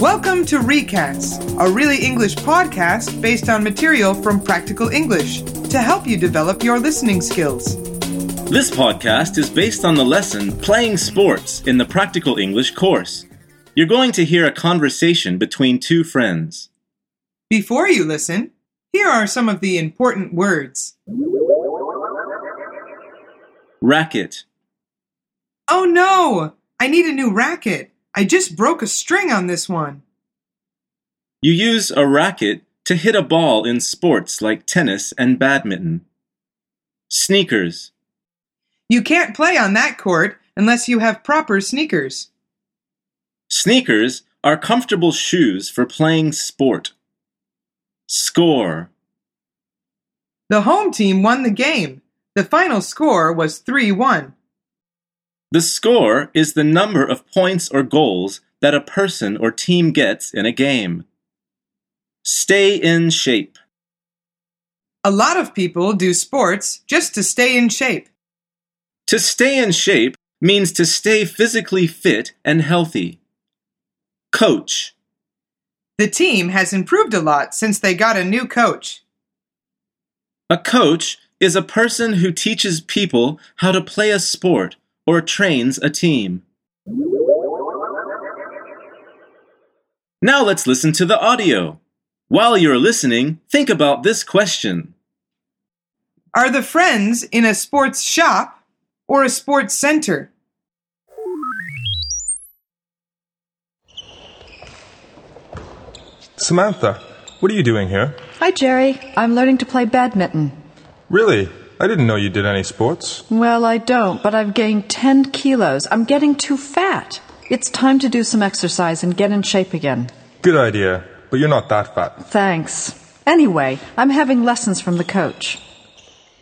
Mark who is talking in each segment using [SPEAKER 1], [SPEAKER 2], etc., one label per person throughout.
[SPEAKER 1] Welcome to Recast, a really English podcast based on material from Practical English to help you develop your listening skills.
[SPEAKER 2] This podcast is based on the lesson Playing Sports in the Practical English course. You're going to hear a conversation between two friends.
[SPEAKER 1] Before you listen, here are some of the important words.
[SPEAKER 2] Racket,
[SPEAKER 1] Oh no! I need a new racket. I just broke a string on this one.
[SPEAKER 2] You use a racket to hit a ball in sports like tennis and badminton. Sneakers.
[SPEAKER 1] You can't play on that court unless you have proper sneakers.
[SPEAKER 2] Sneakers are comfortable shoes for playing sport. Score.
[SPEAKER 1] The home team won the game. The final score was 3 1.
[SPEAKER 2] The score is the number of points or goals that a person or team gets in a game. Stay in shape.
[SPEAKER 1] A lot of people do sports just to stay in shape.
[SPEAKER 2] To stay in shape means to stay physically fit and healthy. Coach.
[SPEAKER 1] The team has improved a lot since they got a new coach.
[SPEAKER 2] A coach is a person who teaches people how to play a sport or trains a team. Now let's listen to the audio. While you're listening, think about this question.
[SPEAKER 1] Are the friends in a sports shop or a sports center?
[SPEAKER 3] Samantha, what are you doing here?
[SPEAKER 4] Hi, Jerry. I'm learning to play badminton.
[SPEAKER 3] Really? I didn't know you did any sports.
[SPEAKER 4] Well, I don't, but I've gained 10 kilos. I'm getting too fat. It's time to do some exercise and get in shape again.
[SPEAKER 3] Good idea, but you're not that fat.
[SPEAKER 4] Thanks. Anyway, I'm having lessons from the coach.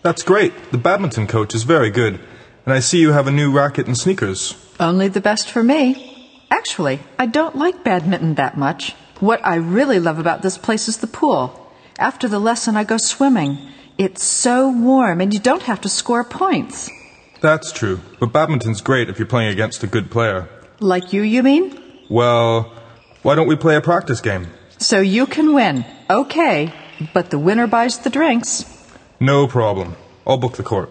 [SPEAKER 3] That's great. The badminton coach is very good. And I see you have a new racket and sneakers.
[SPEAKER 4] Only the best for me. Actually, I don't like badminton that much. What I really love about this place is the pool. After the lesson, I go swimming. It's so warm, and you don't have to score points.
[SPEAKER 3] That's true, but badminton's great if you're playing against a good player.
[SPEAKER 4] Like you, you mean?
[SPEAKER 3] Well, why don't we play a practice game?
[SPEAKER 4] So you can win. Okay, but the winner buys the drinks.
[SPEAKER 3] No problem. I'll book the court.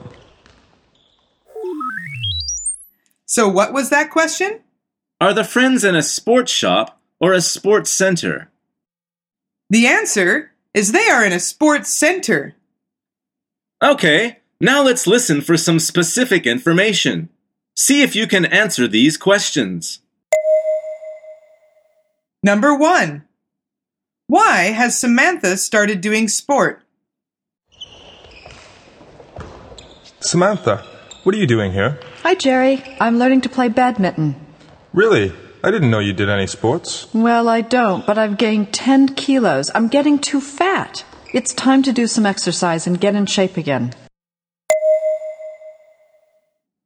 [SPEAKER 1] So, what was that question?
[SPEAKER 2] Are the friends in a sports shop or a sports center?
[SPEAKER 1] The answer is they are in a sports center.
[SPEAKER 2] Okay, now let's listen for some specific information. See if you can answer these questions.
[SPEAKER 1] Number one. Why has Samantha started doing sport?
[SPEAKER 3] Samantha, what are you doing here?
[SPEAKER 4] Hi, Jerry. I'm learning to play badminton.
[SPEAKER 3] Really? I didn't know you did any sports.
[SPEAKER 4] Well, I don't, but I've gained 10 kilos. I'm getting too fat. It's time to do some exercise and get in shape again.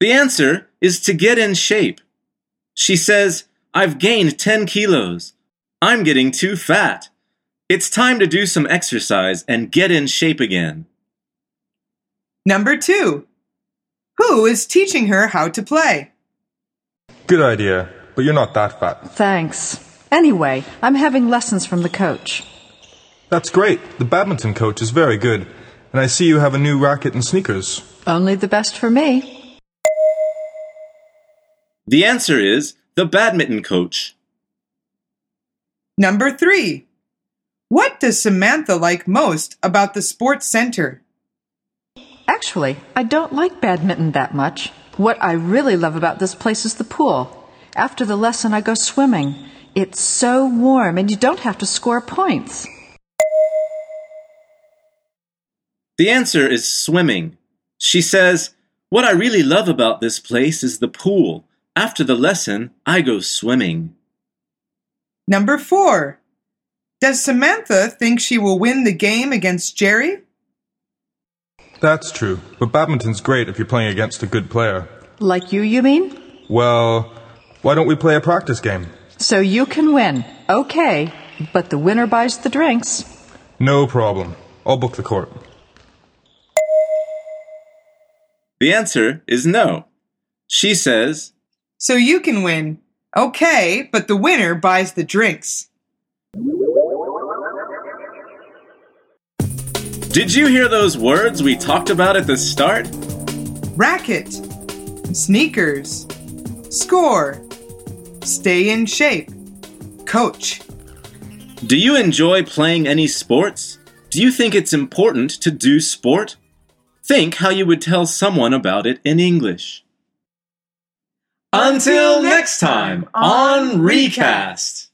[SPEAKER 2] The answer is to get in shape. She says, I've gained 10 kilos. I'm getting too fat. It's time to do some exercise and get in shape again.
[SPEAKER 1] Number two. Who is teaching her how to play?
[SPEAKER 3] Good idea, but you're not that fat.
[SPEAKER 4] Thanks. Anyway, I'm having lessons from the coach.
[SPEAKER 3] That's great. The badminton coach is very good. And I see you have a new racket and sneakers.
[SPEAKER 4] Only the best for me.
[SPEAKER 2] The answer is the badminton coach.
[SPEAKER 1] Number three. What does Samantha like most about the sports center?
[SPEAKER 4] Actually, I don't like badminton that much. What I really love about this place is the pool. After the lesson, I go swimming. It's so warm, and you don't have to score points.
[SPEAKER 2] The answer is swimming. She says, What I really love about this place is the pool. After the lesson, I go swimming.
[SPEAKER 1] Number four. Does Samantha think she will win the game against Jerry?
[SPEAKER 3] That's true, but badminton's great if you're playing against a good player.
[SPEAKER 4] Like you, you mean?
[SPEAKER 3] Well, why don't we play a practice game?
[SPEAKER 4] So you can win. Okay, but the winner buys the drinks.
[SPEAKER 3] No problem. I'll book the court.
[SPEAKER 2] The answer is no. She says,
[SPEAKER 1] So you can win. Okay, but the winner buys the drinks.
[SPEAKER 2] Did you hear those words we talked about at the start?
[SPEAKER 1] Racket. Sneakers. Score. Stay in shape. Coach.
[SPEAKER 2] Do you enjoy playing any sports? Do you think it's important to do sport? Think how you would tell someone about it in English. Until next time on Recast.